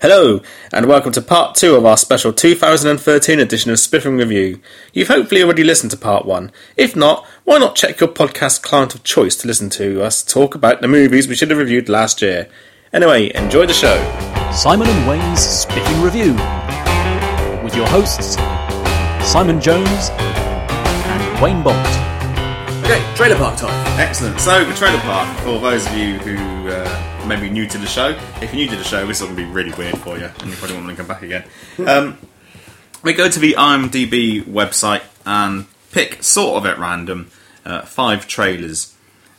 Hello, and welcome to part two of our special 2013 edition of Spiffing Review. You've hopefully already listened to part one. If not, why not check your podcast client of choice to listen to us talk about the movies we should have reviewed last year? Anyway, enjoy the show. Simon and Wayne's Spiffing Review with your hosts Simon Jones and Wayne Bolt. Okay, Trailer Park Time. excellent. So, the trailer park, for those of you who uh, may be new to the show, if you're new to the show, this will be really weird for you, and you probably won't want to come back again. Um, we go to the IMDb website and pick, sort of at random, uh, five trailers,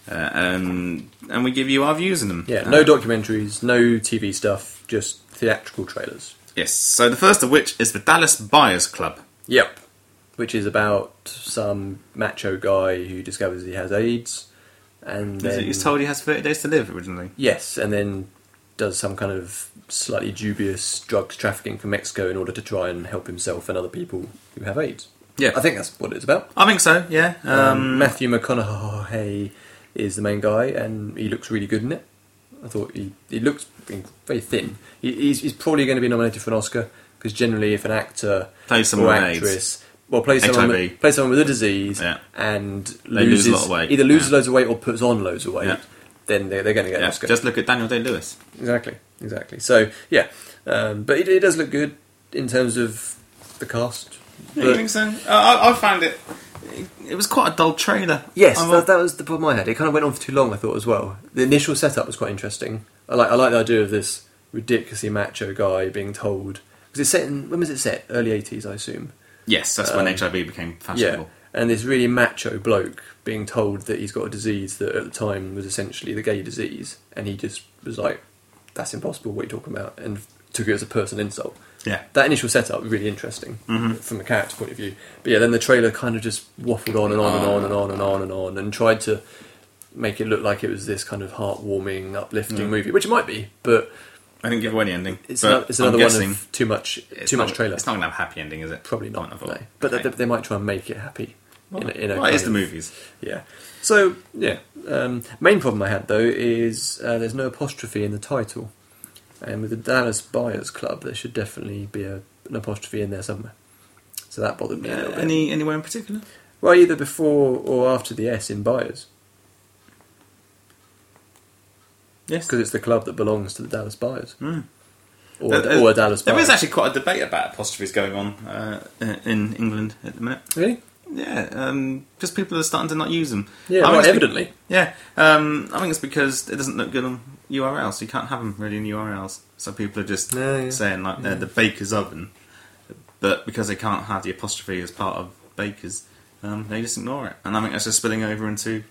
uh, um, and we give you our views on them. Yeah, Uh, no documentaries, no TV stuff, just theatrical trailers. Yes, so the first of which is the Dallas Buyers Club. Yep. Which is about some macho guy who discovers he has AIDS and He's- then He's told he has 30 days to live originally. Yes, and then does some kind of slightly dubious drugs trafficking from Mexico in order to try and help himself and other people who have AIDS. Yeah. I think that's what it's about. I think so, yeah. Um, Um, Matthew McConaughey oh, is the main guy, and he looks really good in it. I thought he, he looks in- very thin. He, he's, he's probably going to be nominated for an Oscar because generally, if an actor Plays someone or with AIDS. actress, well, plays someone, HIV. with- plays someone with a disease, Yeah. and They lose loses a lot of weight, either loses yeah. loads of weight or puts on loads of weight, Yeah. then they're, they're going to get an yeah, Oscar. just look at Daniel Day Lewis. Exactly, exactly. So yeah, um, but it, it does look good in terms of the cast. Yeah, But- you think so? Uh, I, I found it, it. was quite a dull trailer. Yes, I'm that, that was the problem I had. It kind of went on for too long, I thought as well. The initial setup was quite interesting. I like I like the idea of this ridiculously macho guy being told because it's set in when was it set? Early eighties, I assume. yes, that's when HIV became Uh, Yeah, fashionable. and this really macho bloke being told that he's got a disease that at the time was essentially the gay disease, and he just was like, "That's impossible. What are you talking about?" and took it as a personal insult. Yeah. That initial setup was really interesting Mm-hmm. from a character point of view. But yeah, then the trailer kind of just waffled on and on and Ah. on and on and on and on and tried to make it look like it was this kind of heartwarming, uplifting movie, which it might be, but I didn't give away the ending. it's, Mm. but ano- it's I'm another one guessing of too much, it's too not- much trailer. It's not going to have a happy ending, is it? Probably Might not. have all. no. But Okay. they, they might try and make it happy. In a, in a Well, it is the kind of- movies. Yeah. So yeah, um, main problem I had though is uh, there's no apostrophe in the title, and with the Dallas Buyers Club, there should definitely be a, an apostrophe in there somewhere. So that bothered me a little bit. Uh, any anywhere in particular? Well, either before or after the S in buyers, Yes. because it's the club that belongs to the Dallas Buyers, Mm. or, There- there- or a Dallas There Buyers. is actually quite a debate about apostrophes going on uh, in England at the minute. really, Yeah, um, just people are starting to not use them. yeah, I think well, it's be- evidently. yeah, um, I think it's because it doesn't look good on URLs. You can't have them really in URLs, so people are just No, yeah. saying like they're the baker's oven, but because they can't have the apostrophe as part of bakers, um, they just ignore it. And I think that's just spilling over into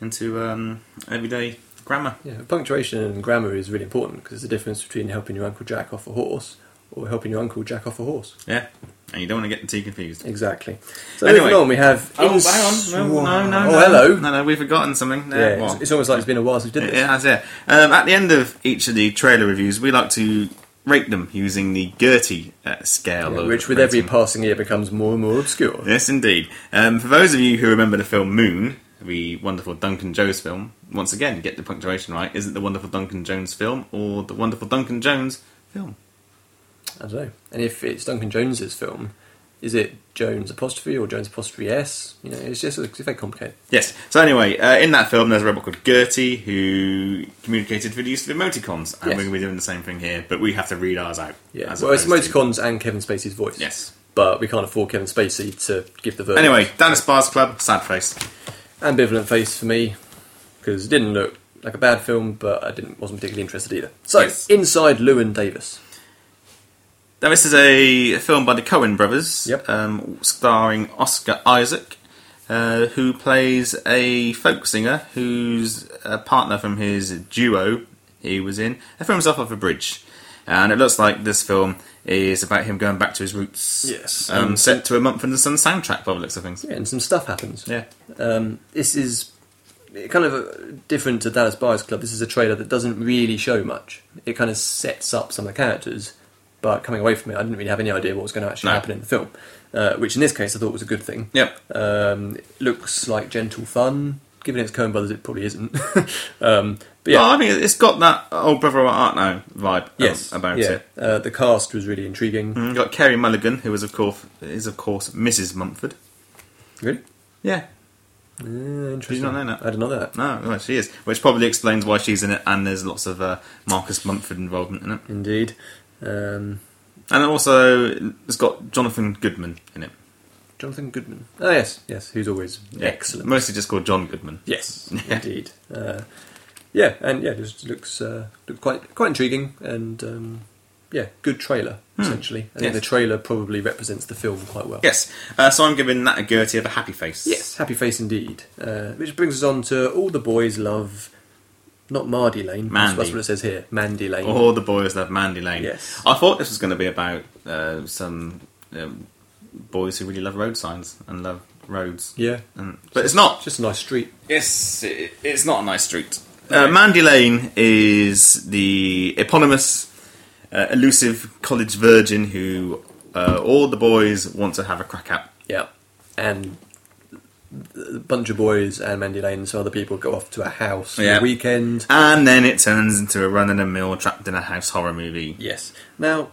into um, everyday grammar. Yeah, punctuation and grammar is really important because it's the difference between helping your uncle jack off a horse or helping your uncle jack off a horse. Yeah, and you don't want to get the two confused. Exactly. So Anyway. moving on, we have. Oh, Ins- hang on! No, no, no! Oh, no. hello. No, no, we've forgotten something. Yeah, There, it's, what? it's almost like it's been a while since we did It this. has, yeah. Um, at the end of each of the trailer reviews, we like to rate them using the Gertie uh, scale. of Which, with every rating. passing year, becomes more and more obscure. Yes, indeed. Um, for those of you who remember the film Moon, the wonderful Duncan Jones film, once again, get the punctuation right. Is it the wonderful Duncan Jones film or the wonderful Duncan Jones film? I don't know. And if it's Duncan Jones's film, is it Jones apostrophe or Jones apostrophe S? You know, it's just it's very complicated. Yes. So anyway, uh, in that film, there's a robot called Gertie who communicated through the use of emoticons, and Yes. we're going to be doing the same thing here, but we have to read ours out. Yeah. as well, it's opposed to- emoticons and Kevin Spacey's voice. Yes. But we can't afford Kevin Spacey to give the verdict. Anyway, Dallas Bars Club, sad face. ambivalent face for me because it didn't look like a bad film, but I didn't wasn't particularly interested either. So Yes. inside Lewin Davis. Now, this is a film by the Cohen brothers, Yep. um, starring Oscar Isaac, uh, who plays a folk singer who's a partner from his duo he was in. They throw himself off a bridge. And it looks like this film is about him going back to his roots. Yes. Um, And- set to a Month from the Sun soundtrack by the looks of things. Yeah, and some stuff happens. Yeah. Um, this is kind of uh, different to Dallas Buyers Club. This is a trailer that doesn't really show much. It kind of sets up some of the characters, but coming away from it, I didn't really have any idea what was going to actually No. happen in the film. Uh, which in this case, I thought was a good thing. Yep. Um, it looks like gentle fun. Given it's Coen Brothers, it probably isn't. um, But yeah, Oh, I mean, it's got that old brother of art now vibe. um, yes, about yeah. it. Mm. Uh, the cast was really intriguing. You've got Kerry Mulligan, who is of course is of course Mrs. Mumford. Really Yeah, Uh, interesting. know that? I didn't know that. no, no, she is, which probably explains why she's in it. And there's lots of uh, Marcus Mumford involvement in it, Indeed. Um, and also it's got Jonathan Goodman in it. Jonathan Goodman. Oh yes, yes, who's always Yeah. excellent. Mostly just called John Goodman. Yes, indeed. Uh, yeah, and yeah, it just looks uh, look quite quite intriguing, and um, yeah, good trailer essentially. I think Hmm. Yes. the trailer probably represents the film quite well. Yes, uh, so I'm giving that a Gertie of a happy face. Yes, happy face indeed. Uh, which brings us on to all the boys love, not Mardy Lane. that's- Mandy. Oh. That's what it says here, Mandy Lane. All the boys love Mandy Lane. Yes. I thought this was going to be about uh, some um, boys who really love road signs and love roads. Yeah, And, but it's not. just a nice street. Yes, it, it's not a nice street. Uh, Mandy Lane is the eponymous, uh, elusive college virgin who uh, all the boys want to have a crack at. Yeah, and a bunch of boys and Mandy Lane and some other people go off to a house for Yeah. the weekend. And then it turns into a run in a mill trapped in a house horror movie. Yes. Now,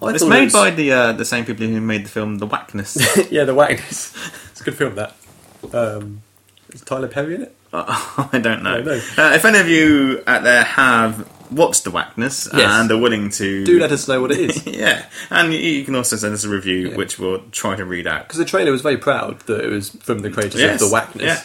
I It's thought it made was- by the uh, the same people who made the film The Whackness. yeah, the Wagners. It's a good film. That um, is Tyler Perry in it. I don't know. I don't Uh, if any of you out there have watched The Whackness Yes. and are willing to Do let us know what it is. yeah, and you- you can also send us a review, Yeah. which we'll try to read out. Because the trailer was very proud that it was from the creators Yes, of the Wagners. yeah.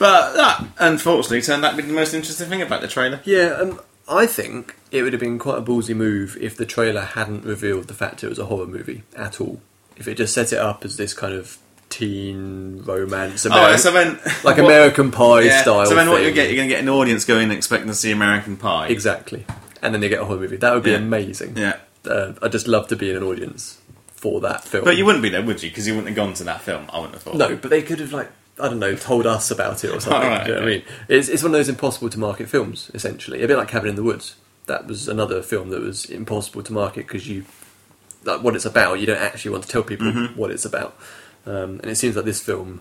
But that, unfortunately, turned out to be the most interesting thing about the trailer. Yeah, um, I think it would have been quite a ballsy move if the trailer hadn't revealed the fact it was a horror movie at all. If it just set it up as this kind of teen romance, Oh, Ameri- so then like what- American Pie yeah, style. So then, what you thing. get? You're going to get an audience going expecting to see American Pie. exactly, and then they get a horror movie. That would be Yeah. amazing. Yeah, Uh, I'd just love to be in an audience for that film. but you wouldn't be there, would you? Because you wouldn't have gone to that film. I wouldn't have thought. No, but they could have like I don't know, told us about it or something. Alright, do you know what okay. I mean? It's it's one of those impossible to market films, essentially. A bit like Cabin in the Woods. That was another film that was impossible to market because you like what it's about. You don't actually want to tell people Mm-hmm. what it's about. Um, and it seems like this film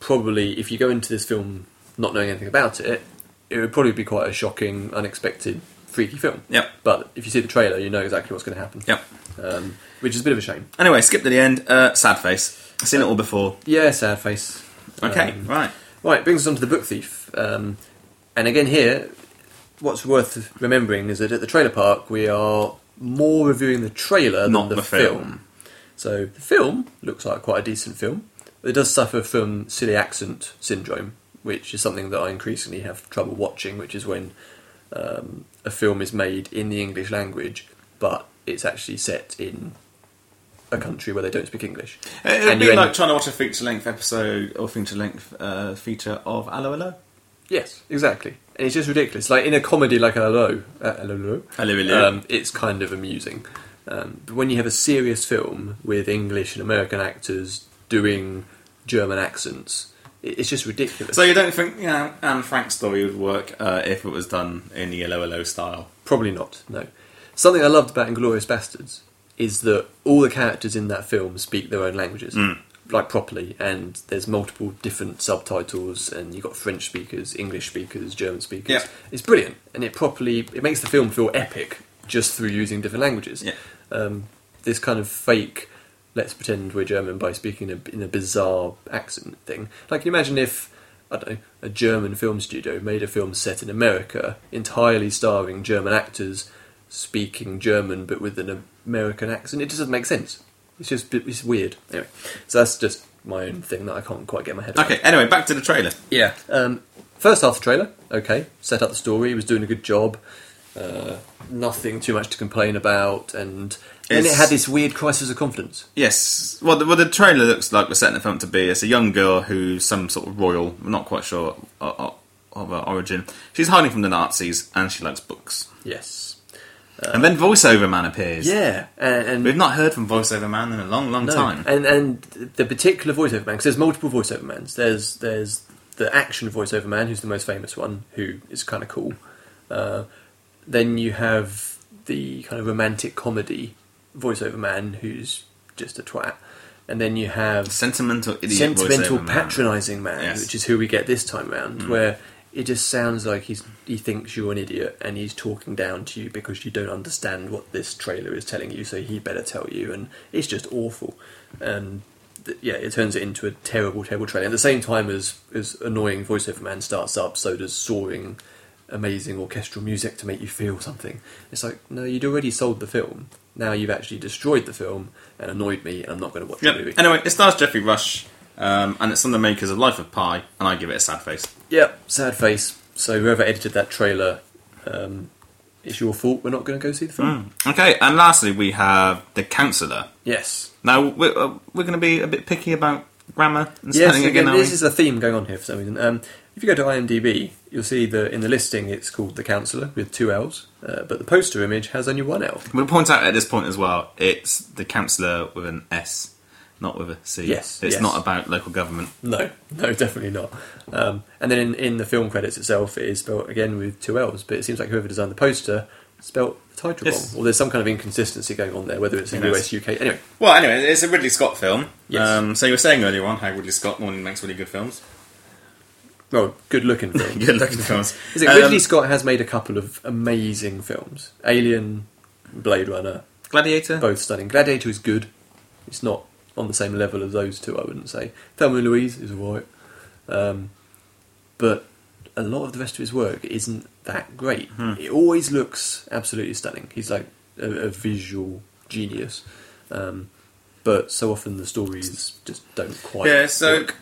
probably, if you go into this film not knowing anything about it, it would probably be quite a shocking, unexpected, freaky film. Yep. But if you see the trailer, you know exactly what's going to happen. Yep. Um, which is a bit of a shame. Anyway, skip to the end. Uh, sad face. I've seen it all before. Yeah, sad face. Okay, Um, right. Right, brings us on to the book thief. Um, and again, here, what's worth remembering is that at the trailer park, we are more reviewing the trailer than Not the, the film. film. So the film looks like quite a decent film. But it does suffer from silly accent syndrome, which is something that I increasingly have trouble watching, which is when um, a film is made in the English language, but it's actually set in a country where they don't speak English. It would And be you end- like trying to watch a feature length episode or feature length uh, feature of Allo Allo. Yes, exactly. And it's just ridiculous. Like in a comedy like Hello, uh, Hello, Hello, Hello. um, it's kind of amusing. Um, but when you have a serious film with English and American actors doing German accents, it, it's just ridiculous. So you don't think you know, Anne Frank's story would work uh, if it was done in the Allo Allo style? Probably not, no. Something I loved about Inglorious Bastards is that all the characters in that film speak their own languages, Mm. like properly, and there's multiple different subtitles, and you've got French speakers, English speakers, German speakers. Yeah. It's brilliant, and it properly it makes the film feel epic just through using different languages. Yeah. Um, this kind of fake, let's pretend we're German by speaking in a, in a bizarre accent thing. Like, can you imagine if, I don't know, a German film studio made a film set in America, entirely starring German actors speaking German but with an American accent? It just doesn't make sense. It's just it's weird. Anyway, so that's just my own thing that I can't quite get my head around. Okay. Anyway, back to the trailer. Yeah. Um, first half of the trailer, okay, set up the story, was doing a good job. Uh, nothing too much to complain about, and then it It's- had this weird crisis of confidence. Yes. Well, the, well, the trailer looks like we're setting the film up to be. It's a young girl who's some sort of royal. We're not quite sure o- o- of her origin. She's hiding from the Nazis and she likes books. Yes. and then voiceover man appears. Uh, Yeah, and, We've and not heard from voiceover man in a long, long no, Uh, time. and and the particular voiceover man because there's multiple voiceover mans. There's there's the action voiceover man who's the most famous one, who is kind of cool. Uh, then you have the kind of romantic comedy voiceover man who's just a twat, and then you have Sentimental idiot. sentimental voiceover man. patronising man, Yes. Hmm. which is who we get this time round, where it just sounds like he's he thinks you're an idiot and he's talking down to you because you don't understand what this trailer is telling you, so he better tell you, and it's just awful. And th- yeah, it turns it into a terrible, terrible trailer. At the same time as as annoying voiceover man starts up, so does soaring, amazing orchestral music to make you feel something. It's like no, you'd already sold the film. Now you've actually destroyed the film and annoyed me, and I'm not going to watch the movie. Yep. Anyway, it stars Jeffrey Rush, um, and it's from the makers of Life of Pi, and I give it a sad face. Yep, sad face. So whoever edited that trailer, um, it's your fault. We're not going to go see the film. Okay, and lastly we have The Counselor. Yes. Now we're, uh, we're going to be a bit picky about grammar and Yes, spelling again, again, are this we? is a theme going on here for some reason. Um, if you go to IMDb, you'll see that in the listing it's called The Counselor with two L's, uh, but the poster image has only one L. I'm going to point out at this point as well, it's The Counselor with an S, not with a C. Yes, it's yes. not about local government. No, no, definitely not. Um, and then in, in the film credits itself, it is spelt again with two L's, but it seems like whoever designed the poster spelt the title Yes. wrong, or there's some kind of inconsistency going on there, whether it's in Yes. US, UK. Anyway, Well, anyway, it's a Ridley Scott film. Yes. Um, so you were saying earlier on how Ridley Scott normally makes really good films. well, good looking film. Good looking films. Is it Um, Ridley Scott has made a couple of amazing films: Alien, Blade Runner, Gladiator? both stunning. Gladiator is good. It's not on the same level as those two, I wouldn't say. Thelma and Louise is alright, um, but a lot of the rest of his work isn't that great. Hmm. It always looks absolutely stunning. He's like a, a visual genius, um, but so often the stories just don't quite. Yeah, so work.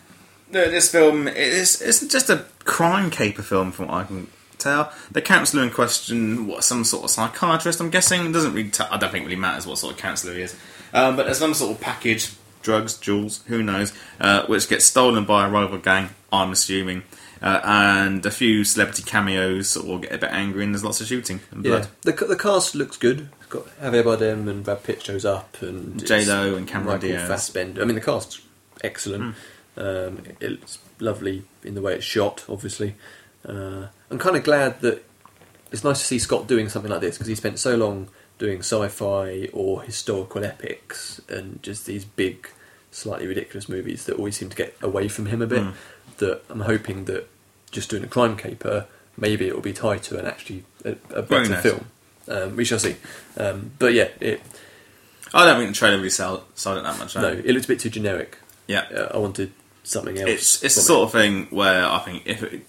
no, this film is it's just a crime caper film from what I can tell. The counsellor in question, what some sort of psychiatrist, I'm guessing, doesn't really. T- I don't think it really matters what sort of counsellor he is, um, but there's some sort of package, drugs, jewels, who knows, uh, which gets stolen by a rival gang. I'm assuming. Uh, and a few celebrity cameos sort of get a bit angry, and there's lots of shooting and Yeah, blood. the, the cast looks good. It's got Javier Bardem and Brad Pitt shows up, and it's J-Lo and Cameron Michael Diaz. Hmm. Fassbender. I mean, the cast's excellent. Um, it, it's lovely in the way it's shot, obviously. Uh, I'm kind of glad that it's nice to see Scott doing something like this because he spent so long doing sci-fi or historical epics and just these big, slightly ridiculous movies that always seem to get away from him a Hmm. bit. That I'm hoping that just doing a crime caper, maybe it will be tighter and actually a, a better nice. film. Um, we shall see. Um, but yeah, it, I don't think the trailer really sold, sold it that much. no, it looks a bit too generic. Yeah. Uh, I wanted something else. it's it's the from sort of thing where I think if it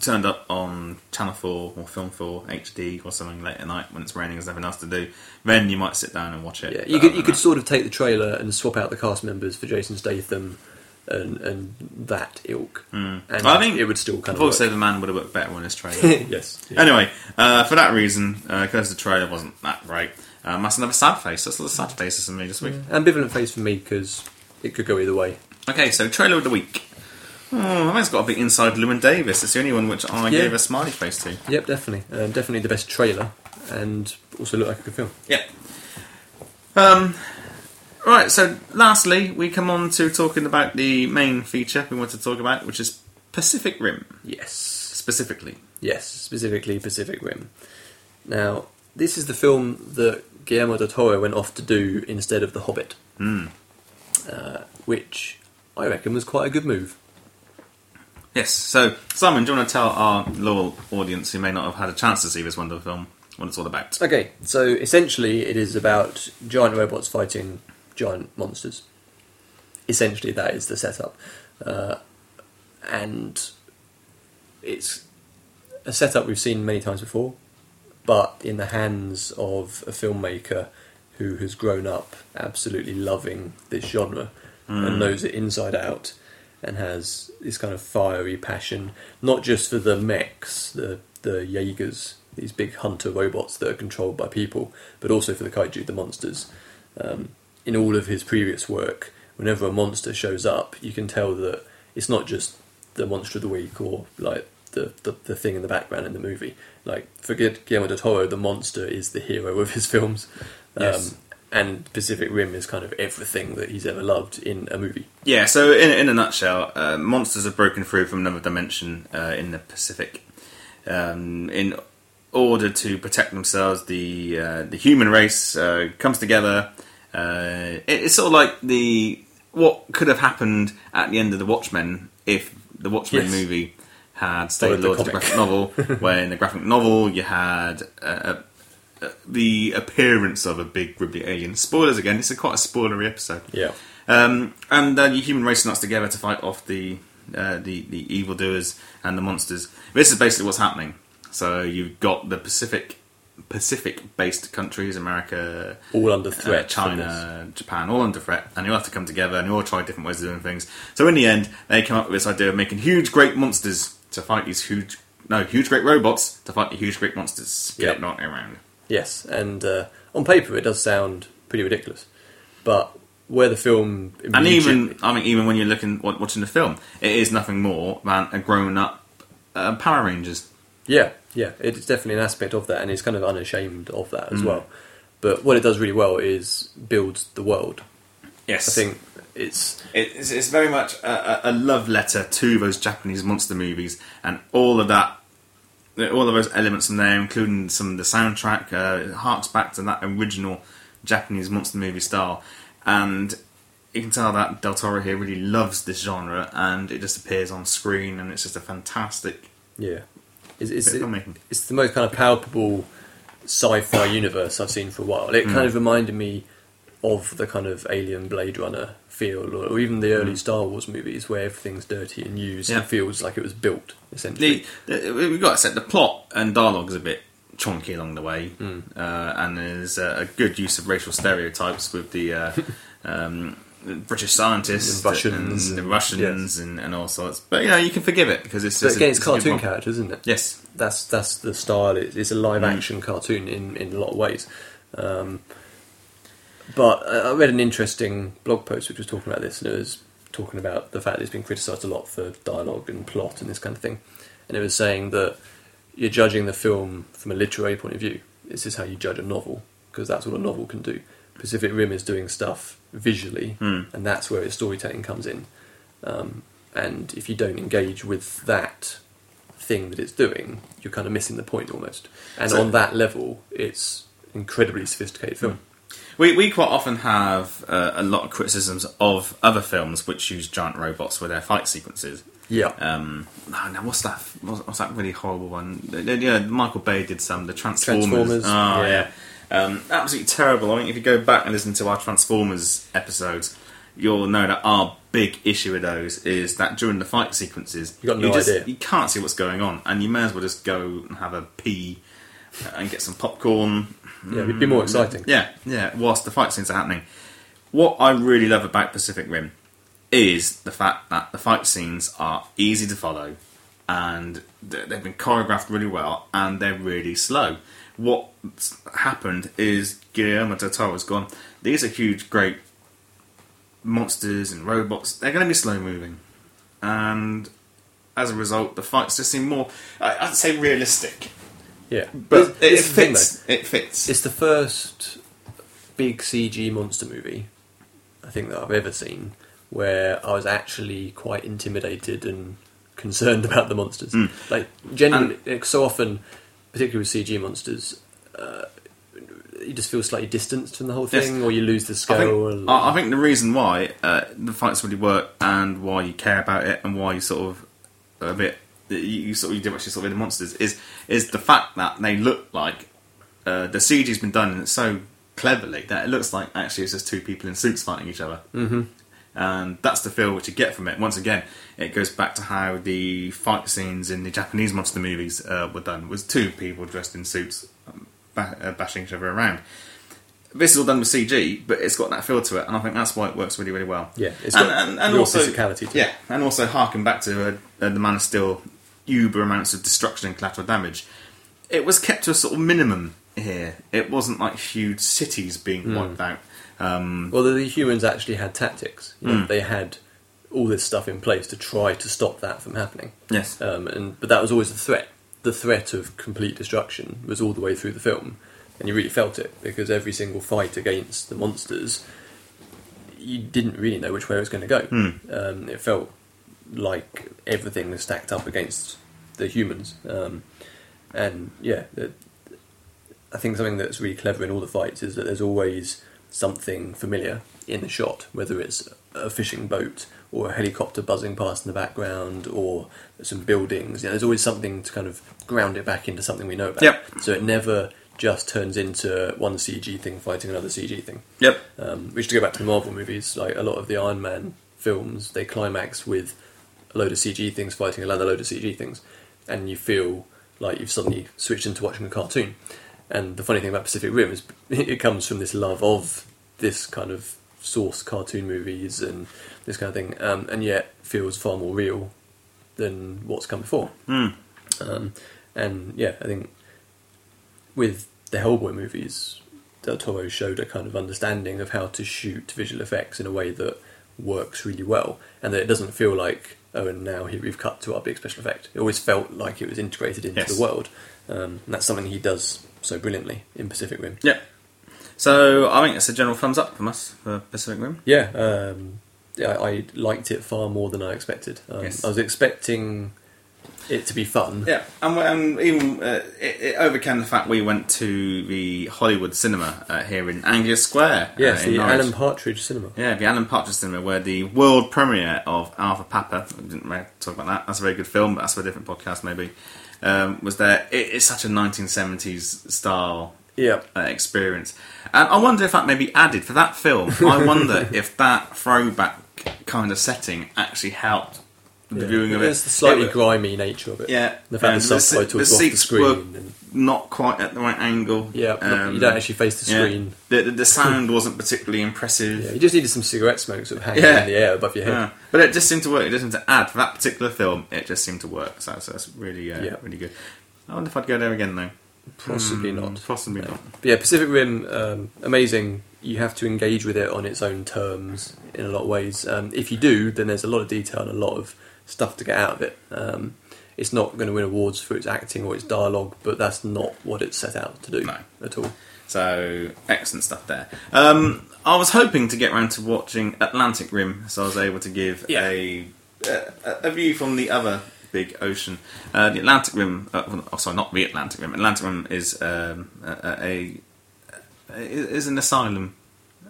turned up on Channel Four or Film Four HD or something late at night when it's raining, there's nothing else to do, then you might sit down and watch it. Yeah, But you could other you than could that- sort of take the trailer and swap out the cast members for Jason Statham and and that ilk, and I think it would still kind The of work. voice of the man would have worked better on this trailer. yes. yeah. anyway, uh, for that reason, because the trailer wasn't that great, um, that's another sad face. That's a lot of sad faces for me this week. Ambivalent face for me because it could go either way. Okay, so trailer of the week. Oh, that's got to be inside Lewin Davis. It's the only one which I Yeah. gave a smiley face to. Yep, definitely, um, definitely the best trailer, and also looked like a good film. Yeah. Um, right, so lastly, we come on to talking about the main feature we want to talk about, which is Pacific Rim, Yes. specifically. Yes, specifically Pacific Rim. Now, this is the film that Guillermo del Toro went off to do instead of The Hobbit, uh, which I reckon was quite a good move. Yes, so Simon, do you want to tell our loyal audience who may not have had a chance to see this wonderful film what it's all about? Okay, so essentially it is about giant robots fighting giant monsters. Essentially, that is the setup. Uh, and it's a setup we've seen many times before, but in the hands of a filmmaker who has grown up absolutely loving this genre and knows it inside out and has this kind of fiery passion, not just for the mechs, the, the Jaegers, these big hunter robots that are controlled by people, but also for the kaiju, the monsters. Um, in all of his previous work, whenever a monster shows up, you can tell that it's not just the monster of the week or like the, the, the thing in the background in the movie. Like for Gu- Guillermo del Toro, the monster is the hero of his films, um, Yes. and Pacific Rim is kind of everything that he's ever loved in a movie. Yeah, so in, in a nutshell, uh, monsters have broken through from another dimension uh, in the Pacific. Um, in order to protect themselves, the uh, the human race uh, comes together. Uh, it- it's sort of like the what could have happened at the end of the Watchmen if the Watchmen Yes. movie had Or State the Lords, the comic. graphic novel, where in the graphic novel you had uh, uh, the appearance of a big gribbly alien. Spoilers again, this is quite a spoilery episode. Yeah. Um, and then your human race nuts together to fight off the uh, the the evildoers and the monsters. This is basically what's happening. So you've got the Pacific Pacific based countries, America, All under uh, threat. from this. China, Japan, all under threat, and you all have to come together and you all try different ways of doing things. So in the end, they come up with this idea of making huge, great monsters to fight these huge, no, huge, great robots to fight the huge, great monsters. Get Yeah. it not around. Yes, and uh, on paper it does sound pretty ridiculous, but where the film And immediately- even, I mean, even when you're looking wa- watching the film, it is nothing more than a grown-up uh, Power Rangers. Yeah, yeah, it's definitely an aspect of that, and it's kind of unashamed of that Mm. as well. But what it does really well is builds the world. Yes, I think it's it's, it's very much a, a a love letter to those Japanese monster movies and all of that, all of those elements from there, including some of the soundtrack, uh, it harks back to that original Japanese monster movie style. And you can tell that Del Toro here really loves this genre, and it just appears on screen, and it's just a fantastic. yeah, it's it's, Bit of filmmaking. it's the most kind of palpable sci-fi universe I've seen for a while. It Mm. kind of reminded me of the kind of Alien Blade Runner feel, or, or even the early Star Wars movies where everything's dirty and used. Mm. Yeah. It feels like it was built essentially. The, the, we've got to set the plot and dialogue's a bit chunky along the way, Hmm. uh, and there's a, a good use of racial stereotypes with the. Uh, um, British scientists, The Russians and, the and- Russians, and, and all sorts. But you know, you can forgive it because it's but just again, a, it's a good cartoon one. characters, isn't it? Yes, that's that's the style. It's, it's a live action cartoon in, in a lot of ways. Um, but I I read an interesting blog post which was talking about this, and it was talking about the fact that it's been criticised a lot for dialogue and plot and this kind of thing. And it was saying that you're judging the film from a literary point of view. This is how you judge a novel because that's what a novel can do. Pacific Rim is doing stuff visually, and that's where its storytelling comes in. Um, and if you don't engage with that thing that it's doing, you're kind of missing the point almost. And So- on that level, it's incredibly sophisticated film. we we quite often have uh, a lot of criticisms of other films which use giant robots with their fight sequences. Yeah, Um, oh, now what's that? What's, what's that really horrible one? The- the- Yeah, Michael Bay did some the Transformers. Transformers, Oh, yeah. yeah, Um, absolutely terrible. I think if you go back and listen to our Transformers episodes, you'll know that our big issue with those is that during the fight sequences, You got no you just, idea. You can't see what's going on, and you may as well just go and have a pee uh, and get some popcorn yeah, it'd be more exciting. yeah, yeah. Whilst the fight scenes are happening, what I really love about Pacific Rim is the fact that the fight scenes are easy to follow, and th- they've been choreographed really well, and they're really slow. What's happened is Guillermo del Toro has gone. These are huge, great monsters and robots. They're going to be slow moving, and as a result, the fights just seem more. I- I'd say realistic, Yeah, but This- it this is the thing, fits. It fits. though. It's the first big CG monster movie I think that I've ever seen where I was actually quite intimidated and concerned about the monsters. Hmm. Like generally, like, so often, particularly with CG monsters. Uh, you just feel slightly distanced from the whole Yes. thing, or you lose the I scale. think, and- I I think the reason why uh, the fights really work and why you care about it and why you sort of a bit you, you sort of you do actually sort of in the monsters is is the fact that they look like uh, the CG's been done and it's so cleverly that it looks like actually it's just two people in suits fighting each other. Mm-hmm. And that's the feel which you get from it. Once again, it goes back to how the fight scenes in the Japanese monster movies uh, were done. Was two people dressed in suits um, ba- uh, bashing each other around this is all done with CG, but it's got that feel to it, and I think that's why it works really, really well. Yeah, it's and, got and, and real also physicality to it. Yeah, and also harken back to uh, uh, the Man of Steel, uber amounts of destruction and collateral damage. It was kept to a sort of minimum here. It wasn't like huge cities being Hmm. wiped out. Um, Well, the, the humans actually had tactics. You know, Hmm. They had all this stuff in place to try to stop that from happening. yes, Um, and but that was always the threat. The threat of complete destruction was all the way through the film, and you really felt it because every single fight against the monsters, you didn't really know which way it was going to go. Um, it felt like everything was stacked up against the humans, um, and yeah, the, I think something that's really clever in all the fights is that there's always something familiar in the shot, whether it's a fishing boat or a helicopter buzzing past in the background or some buildings. You know, there's always something to kind of ground it back into something we know about. Yep. So it never just turns into one CG thing fighting another CG thing. Yep. Um, which to go back to the Marvel movies, like a lot of the Iron Man films, they climax with a load of CG things fighting another load of CG things, and you feel like you've suddenly switched into watching a cartoon. And the funny thing about Pacific Rim is it comes from this love of this kind of source cartoon movies and this kind of thing, um, and yet feels far more real than what's come before. Hmm. Um, and yeah, I think with the Hellboy movies, Del Toro showed a kind of understanding of how to shoot visual effects in a way that works really well, and that it doesn't feel like oh, and now here we've cut to our big special effect. It always felt like it was integrated into Yes. the world. Um, and that's something he does so brilliantly in Pacific Rim. Yep. So I think it's a general thumbs up from us for Pacific Rim. Yeah, um, yeah, I, I liked it far more than I expected. Um, Yes. I was expecting it to be fun. Yeah, and, we- and even uh, it, it overcame the fact we went to the Hollywood cinema uh, here in Anglia Square. uh, Yes, in the Norwich. Alan Partridge cinema. Yeah, the Alan Partridge Cinema, where the world premiere of Alpha Papa, we didn't really talk about that, that's a very good film, but that's for a different podcast maybe, um, was there. It, it's such a 1970s style Yeah. uh, experience. And I wonder if that maybe added for that film. I wonder if that throwback kind of setting actually helped the viewing of it. It's the slightly It- grimy nature of it. yeah, The fact and the se- subtitles the were off the seats screen. were and, not quite at the right angle. yeah, Um, you don't actually face the yeah. screen. The, the, the sound wasn't particularly impressive. Yeah, you just needed some cigarette smoke sort of hanging Yeah. in the air above your head. Yeah. But it just seemed to work. It just seemed to add for that particular film. It just seemed to work. So, so that's really, uh, Yeah. really good. I wonder if I'd go there again though. Possibly Hmm. not. Possibly not. But yeah, Pacific Rim, um, amazing. You have to engage with it on its own terms in a lot of ways. Um, if you do, then there's a lot of detail and a lot of stuff to get out of it. Um, it's not going to win awards for its acting or its dialogue, but that's not what it's set out to do No. at all. So excellent stuff there. Um, I was hoping to get round to watching Atlantic Rim, so I was able to give Yeah. a, a a view from the other big ocean. Uh, the Atlantic Rim, uh, well, oh, sorry, not the Atlantic Rim. Atlantic Rim is um, a, a, a is an asylum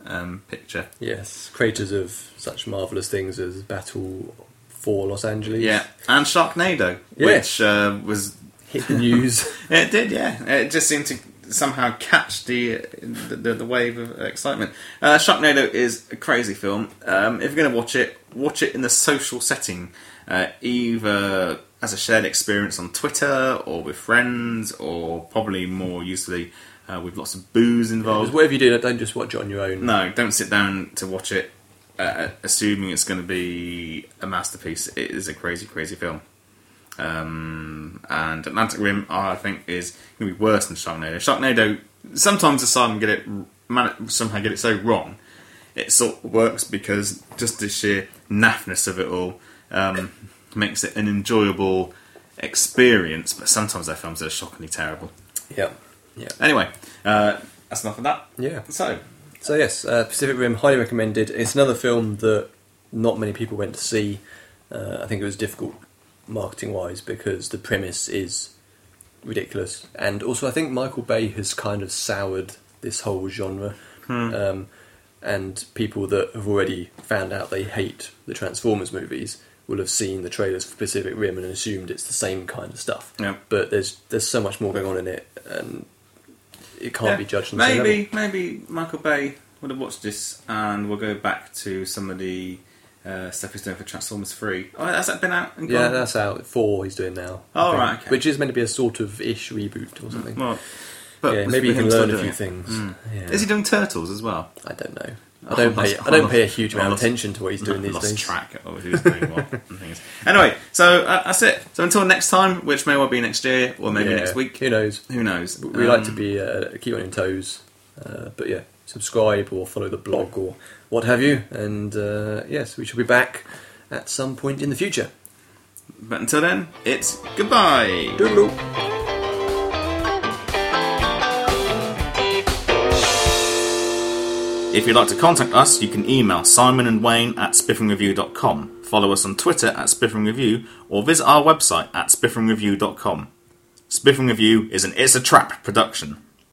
um, picture. Yes, creators of such marvelous things as Battle for Los Angeles, Yeah, and Sharknado, Yeah. which uh, was hit the news. It did, yeah. It just seemed to somehow catch the the, the wave of excitement. Uh, Sharknado is a crazy film. Um, if you're going to watch it, watch it in the social setting, uh, either as a shared experience on Twitter or with friends, or probably more usefully uh, with lots of booze Because involved. whatever you do, don't just watch it on your own. No, don't sit down to watch it, uh, assuming it's going to be a masterpiece. It is a crazy, crazy film. Um, and Atlantic Rim, I think, is going to be worse than Sharknado. Sharknado, sometimes Asylum get it man, somehow get it so wrong. It sort of works because just the sheer naffness of it all um, makes it an enjoyable experience. But sometimes their films are shockingly terrible. Yeah. Yeah. Anyway, uh, that's enough of that. Yeah. So, So yes, uh, Pacific Rim highly recommended. It's another film that not many people went to see. Uh, I think it was difficult marketing wise because the premise is ridiculous, and also I think Michael Bay has kind of soured this whole genre. Hmm. Um, and people that have already found out they hate the Transformers movies will have seen the trailers for Pacific Rim and assumed it's the same kind of stuff. Yeah. But there's there's so much more going on in it, and it can't Yeah, be judged. on the same level. Maybe, maybe Michael Bay would have watched this, and we'll go back to some of the uh, stuff he's doing for Transformers Three. Oh, has that been out? And Yeah, gone? that's out. Four he's doing now. I Oh, think. right, okay. Which is meant to be a sort of ish reboot or something. Well, but yeah, it's maybe you him can still learn a doing few it. Hmm. things. Yeah. Is he doing Turtles as well? I don't know. I don't I pay. lost- I don't I pay a lost- huge I amount of lost- attention to what he's doing I these lost days. track of who's doing what and things. Anyway, so uh, that's it. So until next time, which may well be next year or maybe Yeah, next week. Who knows? Who knows? Um, We like to be uh, keep on your toes. Uh, but yeah, subscribe or follow the blog or what have you. And uh, yes, we shall be back at some point in the future. But until then, it's goodbye. Doodle. If you'd like to contact us, you can email Simon and Wayne at spiffingreview.com, follow us on Twitter at spiffingreview, or visit our website at spiffingreview.com. Spiffing Review is an It's a Trap production.